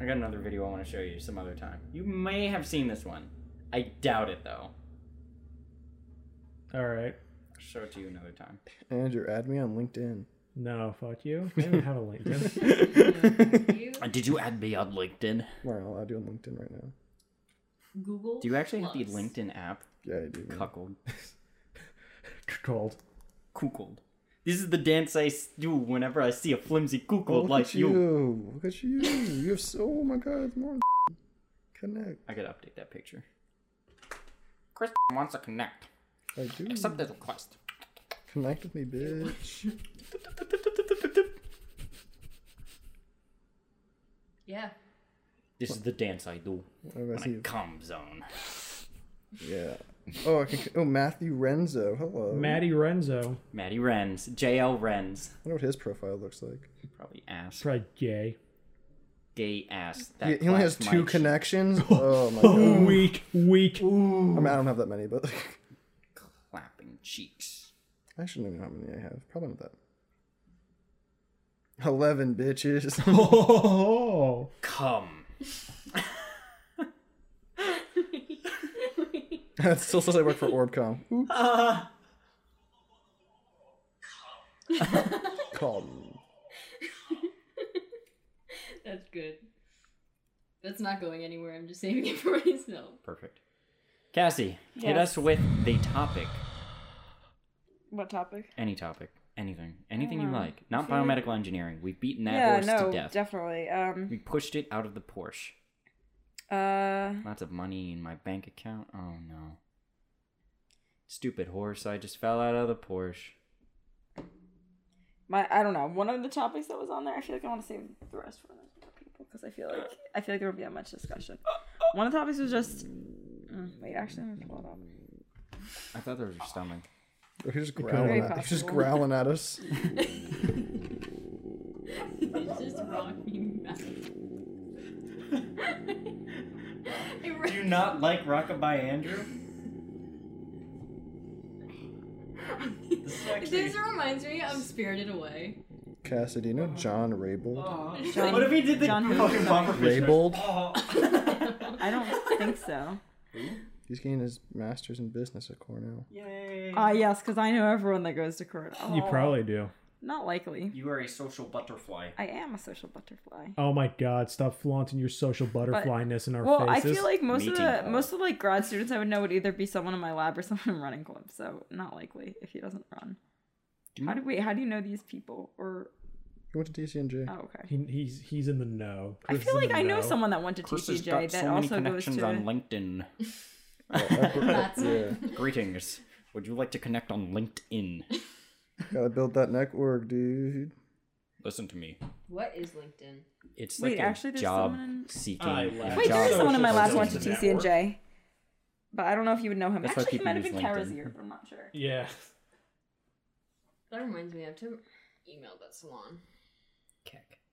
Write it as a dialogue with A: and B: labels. A: got another video I want to show you some other time. You may have seen this one. I doubt it though.
B: All right.
A: I'll show it to you another time.
C: Andrew, add me on LinkedIn.
B: No, fuck you. I don't have a LinkedIn.
D: You
C: Uh,
A: Did you add me on LinkedIn?
C: We're not allowed to on LinkedIn right now.
D: Google.
A: Do you actually have the
D: Plus.
A: LinkedIn app?
C: Yeah, I do. man.
A: Cuckold.
B: Cold.
A: Cuckold. This is the dance I s- do whenever I see a flimsy cuckold
C: Oh, Look
A: like
C: at
A: you.
C: Look at you. You have so. Oh my God, more connect.
A: I gotta update that picture. Chris wants to connect.
C: I do.
A: Accept the request.
C: Connect with me, bitch.
D: Yeah.
A: This is the dance I do
C: Oh, I
A: when
C: see
A: I
C: you.
A: come zone.
C: Yeah. Oh, I can. Oh, Matthew Renzo. Hello.
B: Maddie Renzo.
A: Maddie Renz. JL Renz.
C: I wonder what his profile looks like.
A: Probably ass.
B: Probably gay.
A: Gay ass.
C: He,
A: That
C: he only has
A: class
C: two
A: might-
C: connections. Oh my
B: Oh,
C: god.
B: weak, weak.
C: I mean, I don't have that many, but
A: Clapping cheeks.
C: I shouldn't even know how many I have. Probably not that. Eleven bitches.
B: Oh,
A: Come.
C: that still says I work for Orbcom. Oops.
E: Uh.
C: Come.
D: That's good. That's not going anywhere. I'm just saving it for myself.
A: Perfect. Cassie, hit
E: Yes.
A: us with the topic.
E: What topic?
A: Any topic. Anything. Anything you
E: know.
A: like. Not
E: feel like-
A: biomedical engineering. We've beaten that
E: Uh, yeah,
A: horse
E: no,
A: to death.
E: definitely. Um,
A: we pushed it out of the Porsche.
E: uh,
A: Lots of money in my bank account. Oh no. Stupid horse, I just fell out of the Porsche.
E: my I don't know. One of the topics that was on there, I feel like I want to save the rest for those other people because I feel like I feel like there won't be that much discussion. One of the topics was just. Mm, wait, actually, I'm gonna pull it up.
A: I thought there was your stomach.
C: They're just growling
E: Very
C: at. They're just
E: possible.
C: growling at us.
D: It's just rocking back. It re-
A: not like Rockabye Andrew?
D: this reminds me of Spirited Away.
C: Cassidy, do you know John Raybould?
E: John-
A: What if he did the
E: John who?
A: fucking bumper fish?
C: Raybould.
E: I don't think so.
C: He's getting his master's in business at Cornell.
A: Yay.
E: Ah, yes, because I know everyone that goes to court. Oh,
B: you probably do.
E: not likely.
A: You are a social butterfly.
E: I am a social butterfly.
B: Oh my God! Stop flaunting your social butterflyness in our
E: Well, I
B: faces.
E: feel like most of
A: Meeting
E: the
A: hall.
E: most of like grad students I would know would either be someone in my lab or someone in running club. So not likely if he doesn't run.
A: Do you
E: How
A: know-
E: do wait? How do you know these people? Or
C: He went to DCNJ.
E: oh, okay.
B: he, he's he's in the know.
E: I
B: Chris
E: feel
B: is in
E: like
B: the
E: I know
B: know.
E: someone that went to
A: Chris has
E: TCJ
A: got
E: that
A: so many
E: also goes
A: connections
E: to.
A: on LinkedIn.
D: That's
C: yeah.
A: Greetings. Would you like to connect on LinkedIn?
C: Gotta build that network, dude.
A: Listen to me.
D: What is LinkedIn?
A: It's
E: Wait,
A: like
E: actually,
A: a
E: there's
A: job
E: someone in-
A: seeking.
B: I
A: and
B: laugh.
E: Wait, there is
A: job
E: someone in my lab
A: seeking
E: who went to TCNJ, but I don't know if you would know him.
A: That's why
E: Actually, it
A: people
E: might have
A: use
E: been
A: LinkedIn.
E: Kara's but I'm not sure.
B: Yeah.
D: That reminds me, I have to email that salon.
A: Kick.